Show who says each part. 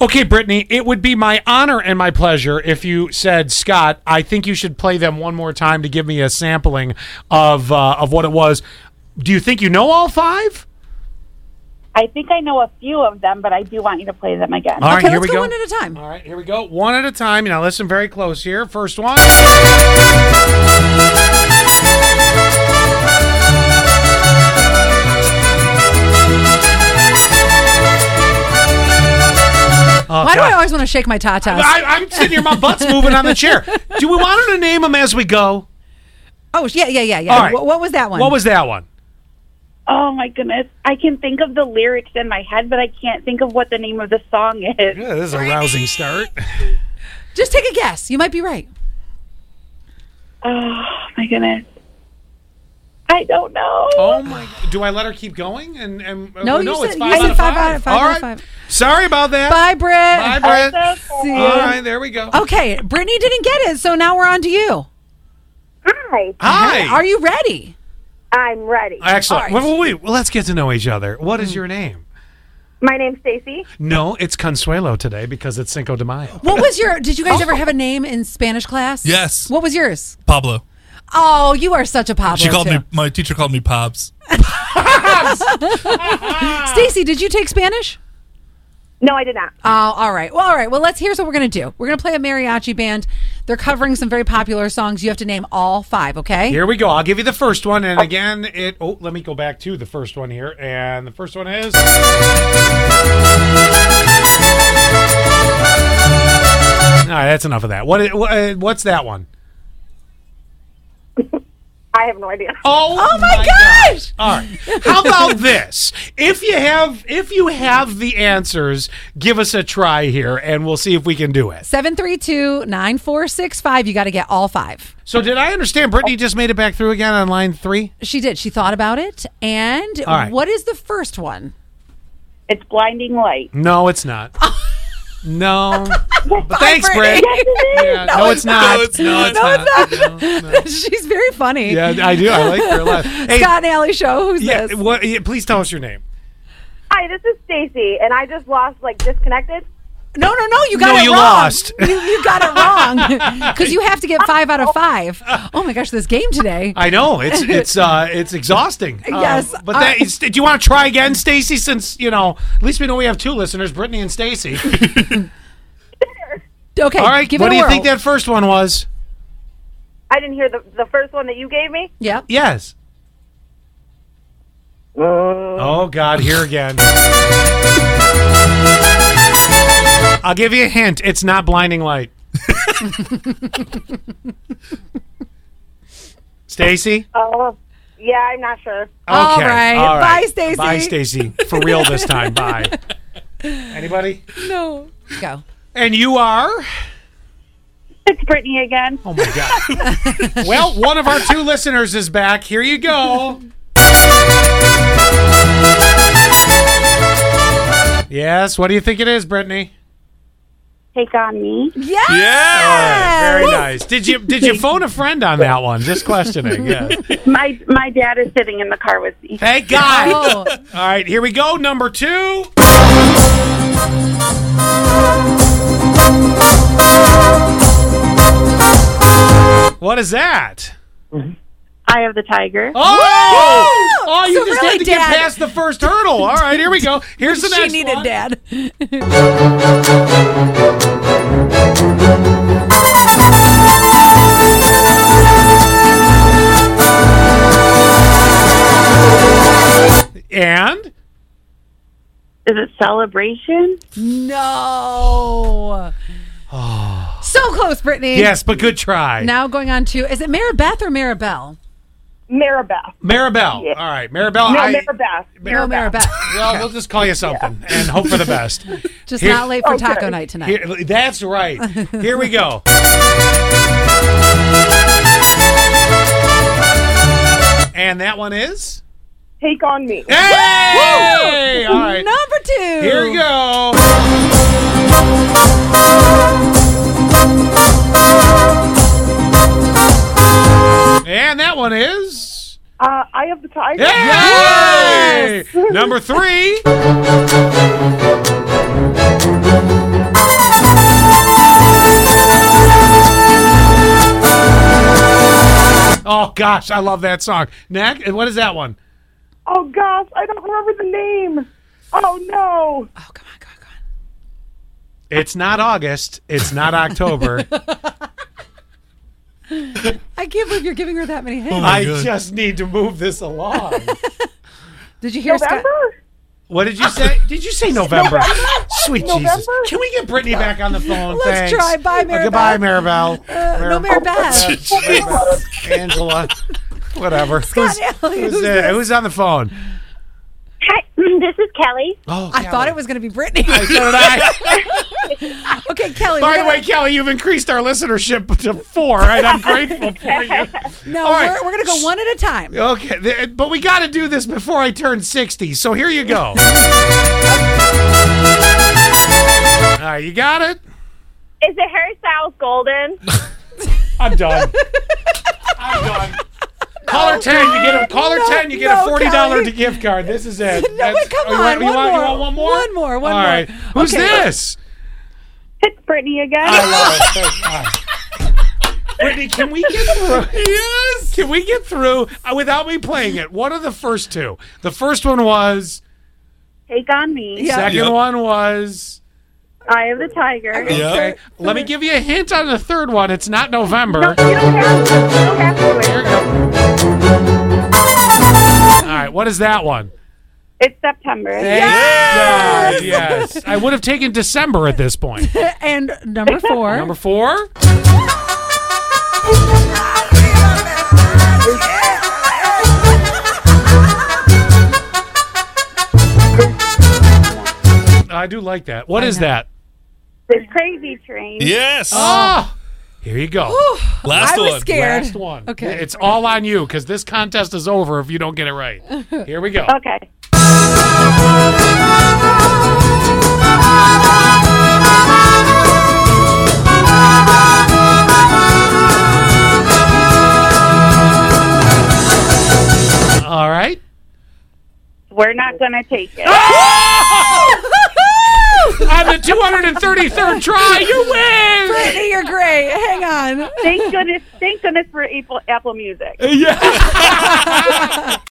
Speaker 1: Okay, Brittany, it would be my honor and my pleasure if you said, Scott, I think you should play them one more time to give me a sampling of uh, of what it was. Do you think you know all five?
Speaker 2: I think I know a few of them, but I do want you to play them again.
Speaker 1: All right,
Speaker 3: okay,
Speaker 1: here
Speaker 3: let's
Speaker 1: we
Speaker 3: go,
Speaker 1: go.
Speaker 3: one at a time.
Speaker 1: All right, here we go. One at a time. Now listen very close here. First one. Oh,
Speaker 3: Why do I always want to shake my tatas?
Speaker 1: I, I'm sitting here, my butt's moving on the chair. Do we want her to name them as we go?
Speaker 3: oh, yeah, yeah, yeah, yeah.
Speaker 1: All right.
Speaker 3: Wh- What, was that one?
Speaker 1: What was that one?
Speaker 2: Oh my goodness. I can think of the lyrics in my head, but I can't think of what the name of the song is.
Speaker 1: Yeah, this is a rousing start.
Speaker 3: Just take a guess. You might be right.
Speaker 2: Oh my goodness. I don't know.
Speaker 1: Oh my! Do I let her keep going? And and
Speaker 3: No,
Speaker 1: uh,
Speaker 3: you
Speaker 1: no,
Speaker 3: said-
Speaker 1: it's
Speaker 3: you
Speaker 1: five
Speaker 3: said
Speaker 1: out of
Speaker 3: five
Speaker 1: five.
Speaker 3: out of- five
Speaker 1: All
Speaker 3: out of
Speaker 1: right.
Speaker 3: five.
Speaker 1: Sorry about that.
Speaker 3: Bye, Britt.
Speaker 1: Bye,
Speaker 2: I'm
Speaker 1: Brett.
Speaker 2: so
Speaker 3: See
Speaker 2: sorry.
Speaker 3: ya.
Speaker 1: All right, there we go.
Speaker 3: Okay, Brittany didn't get it, so now we're on to you.
Speaker 4: Hi,
Speaker 1: Hi.
Speaker 3: Are you ready?
Speaker 4: I'm ready.
Speaker 1: Excellent.
Speaker 3: All right. Hmm.
Speaker 1: Well, well, wait. Well, let's get to know each other. What is your name?
Speaker 4: My name's Stacy.
Speaker 1: No, it's Consuelo today because it's Cinco de Mayo.
Speaker 3: What was your? Did you
Speaker 1: Oh.
Speaker 3: guys ever have a name in Spanish class?
Speaker 5: Yes.
Speaker 3: What was yours?
Speaker 5: Pablo.
Speaker 3: Oh, you are such a Pablo.
Speaker 5: She called
Speaker 3: too.
Speaker 5: me. My teacher called me Pops.
Speaker 3: Stacy, did you take Spanish?
Speaker 4: No, I did not.
Speaker 3: Oh, all right. Well, all right. Well, let's. Here's what we're gonna do. We're gonna play a mariachi band. They're covering some very popular songs. You have to name all five. Okay.
Speaker 1: Here we go. I'll give you the first one, and again, it. Oh, let me go back to the first one here, and the first one is. All right, that's enough of that. What? i- wha- uh, What's that one?
Speaker 4: I have no idea.
Speaker 1: Oh,
Speaker 3: my gosh!
Speaker 1: All right. How about this? If you have if you have the answers, give us a try here and we'll see if we can do it.
Speaker 3: Seven three two nine four six five. You got to get all five.
Speaker 1: So did I understand Brittany just made it back through again on line 3?
Speaker 3: She did. She thought about it. And
Speaker 1: All right.
Speaker 3: what is the first one?
Speaker 2: It's blinding light.
Speaker 1: No, it's not. No. But thanks, Britt.
Speaker 3: Brittany.
Speaker 1: Yeah, no, it's not.
Speaker 5: No, it's not.
Speaker 3: No, it's
Speaker 1: No,
Speaker 3: not. She's very funny.
Speaker 1: Yeah, I do. I like her a lot. Hey,
Speaker 3: Scott and Alley show. Who's
Speaker 1: yeah,
Speaker 3: this?
Speaker 1: what, yeah, please tell us your name.
Speaker 4: Hi, this is Stacy, and I just lost like disconnected.
Speaker 3: No, no, no. You got
Speaker 1: No,
Speaker 3: it
Speaker 1: you
Speaker 3: wrong.
Speaker 1: lost.
Speaker 3: You, you got it wrong because you have to get five out of five. Oh my gosh, this game today.
Speaker 1: I know it's it's uh it's exhausting. Uh,
Speaker 3: Yes,
Speaker 1: but
Speaker 3: uh,
Speaker 1: that is, do you want to try again, Stacy? Since you know, at least we know we have two listeners, Brittany and Stacy.
Speaker 3: Okay.
Speaker 1: All right,
Speaker 3: Give
Speaker 1: what
Speaker 3: it a
Speaker 1: do you
Speaker 3: whirl.
Speaker 1: think that first one was?
Speaker 4: I didn't hear the the first one that you gave me.
Speaker 3: Yep.
Speaker 1: Yes. Oh God, here again. I'll give you a hint. It's not blinding light. Stacy.
Speaker 4: Oh, yeah, I'm not sure.
Speaker 3: All right. Bye, Stacy.
Speaker 1: Bye, Stacy. For real this time. Bye. Anybody?
Speaker 3: No. Go.
Speaker 1: And you are?
Speaker 2: It's Brittany again.
Speaker 1: Oh my god. well, one of our two listeners is back. Here you go. Yes, what do you think it is, Brittany?
Speaker 2: Take on me.
Speaker 3: Yes.
Speaker 1: Very nice. Did you did you phone a friend on that one? Just questioning. Yeah.
Speaker 2: My my dad is sitting in the car with me.
Speaker 1: Thank God.
Speaker 3: Oh.
Speaker 1: All right, here we go. Number two. What is that?
Speaker 2: Eye of the tiger.
Speaker 1: Oh, oh you
Speaker 3: So
Speaker 1: just
Speaker 3: really,
Speaker 1: had to get
Speaker 3: Dad-
Speaker 1: past the first hurdle. All right, here we go. Here's the
Speaker 3: she
Speaker 1: next
Speaker 3: needed
Speaker 1: one.
Speaker 3: dad.
Speaker 1: And
Speaker 2: Is it celebration?
Speaker 3: No. So close, Brittany.
Speaker 1: yes, but good try.
Speaker 3: Now going on to is it Maribeth or Maribel?
Speaker 4: Maribeth.
Speaker 1: Maribel. All right, Maribel.
Speaker 4: No,
Speaker 1: I,
Speaker 4: Maribeth.
Speaker 3: No, Maribeth.
Speaker 1: Well, we'll just call you something and hope for the best.
Speaker 3: Just
Speaker 1: Here-
Speaker 3: not late for
Speaker 4: Okay.
Speaker 3: taco night tonight.
Speaker 1: Here- that's right. Here we go. and that one is.
Speaker 4: Take on me.
Speaker 1: Hey! All right.
Speaker 3: Number two.
Speaker 1: Here we go. And that one is.
Speaker 4: Uh, I have the tiger.
Speaker 1: Yay! Number three. Oh, gosh, I love that song. Nack, what is that one?
Speaker 4: Oh gosh, I don't remember the name. Oh no.
Speaker 3: Oh, come on, come on, come on.
Speaker 1: It's not August. It's not October.
Speaker 3: I can't believe you're giving her that many hints.
Speaker 1: I
Speaker 5: Oh God.
Speaker 1: just need to move this along.
Speaker 3: Did you hear Scott?
Speaker 4: Remember?
Speaker 1: What did you say? Did you say November? Sweet Jesus.
Speaker 4: November?
Speaker 1: Can we get Brittany back on the phone?
Speaker 3: Let's
Speaker 1: Thanks.
Speaker 3: try. Bye, Maribel. Uh,
Speaker 1: Goodbye, Maribel.
Speaker 3: No, Mary Beth.
Speaker 1: Maribel. Angela. Whatever. Who's-
Speaker 3: Allen,
Speaker 1: who's
Speaker 3: who's
Speaker 1: there?
Speaker 3: this?
Speaker 1: Who's on the phone?
Speaker 6: Hi, this is Kelly.
Speaker 1: Oh,
Speaker 3: I thought it was going to be Brittany.
Speaker 1: So did I.
Speaker 3: okay, Kelly.
Speaker 1: By
Speaker 3: we're
Speaker 1: the
Speaker 3: gonna-
Speaker 1: way, Kelly, you've increased our listenership to four, and I'm grateful for you.
Speaker 3: no,
Speaker 1: all right.
Speaker 3: we're, we're going to go one at a time.
Speaker 1: Okay, th- but we got to do this before I turn 60. So here you go. All right, you got it?
Speaker 6: Is it Harry Styles Golden?
Speaker 1: I'm done. I'm done. Call her 10, you get a call her
Speaker 3: No,
Speaker 1: 10, you get
Speaker 3: no,
Speaker 1: a $40
Speaker 3: Kelly.
Speaker 1: gift card. This is it.
Speaker 3: No, but come
Speaker 1: oh, you Want,
Speaker 3: on,
Speaker 1: you,
Speaker 3: one
Speaker 1: want, you want
Speaker 3: more.
Speaker 1: one more?
Speaker 3: One more, one
Speaker 1: All
Speaker 3: more.
Speaker 1: right. Who's
Speaker 3: Okay.
Speaker 1: this?
Speaker 2: It's Brittany again.
Speaker 1: I love it. Brittany, can we get through? yes. Can we get through uh, without me playing it? What are the first two? The first one was.
Speaker 2: Take on me.
Speaker 3: Yeah.
Speaker 1: Second
Speaker 5: Yep.
Speaker 1: one was.
Speaker 2: I am the tiger.
Speaker 5: Yeah.
Speaker 1: Okay. Let me give you a hint on the third one. It's not November.
Speaker 2: You don't have to. You don't have to
Speaker 1: Here
Speaker 2: wait.
Speaker 1: we go. All right. What is that one?
Speaker 2: It's September.
Speaker 1: Yes. yes. I would have taken December at this point.
Speaker 3: And number four.
Speaker 1: Number four. I do like that. What is that?
Speaker 2: This crazy train.
Speaker 5: Yes.
Speaker 1: Ah. Here you go.
Speaker 5: Last
Speaker 3: I was
Speaker 5: one.
Speaker 3: scared.
Speaker 1: Last one.
Speaker 3: Okay.
Speaker 1: It's all on you because this contest is over if you don't get it right. Here we go.
Speaker 2: Okay.
Speaker 1: All right.
Speaker 2: We're not gonna take it.
Speaker 4: Ah!
Speaker 1: On the 233rd try, you win.
Speaker 3: Brittany, you're great. Hang on.
Speaker 2: Thank goodness. Thank goodness for Apple Apple Music.
Speaker 1: Yeah.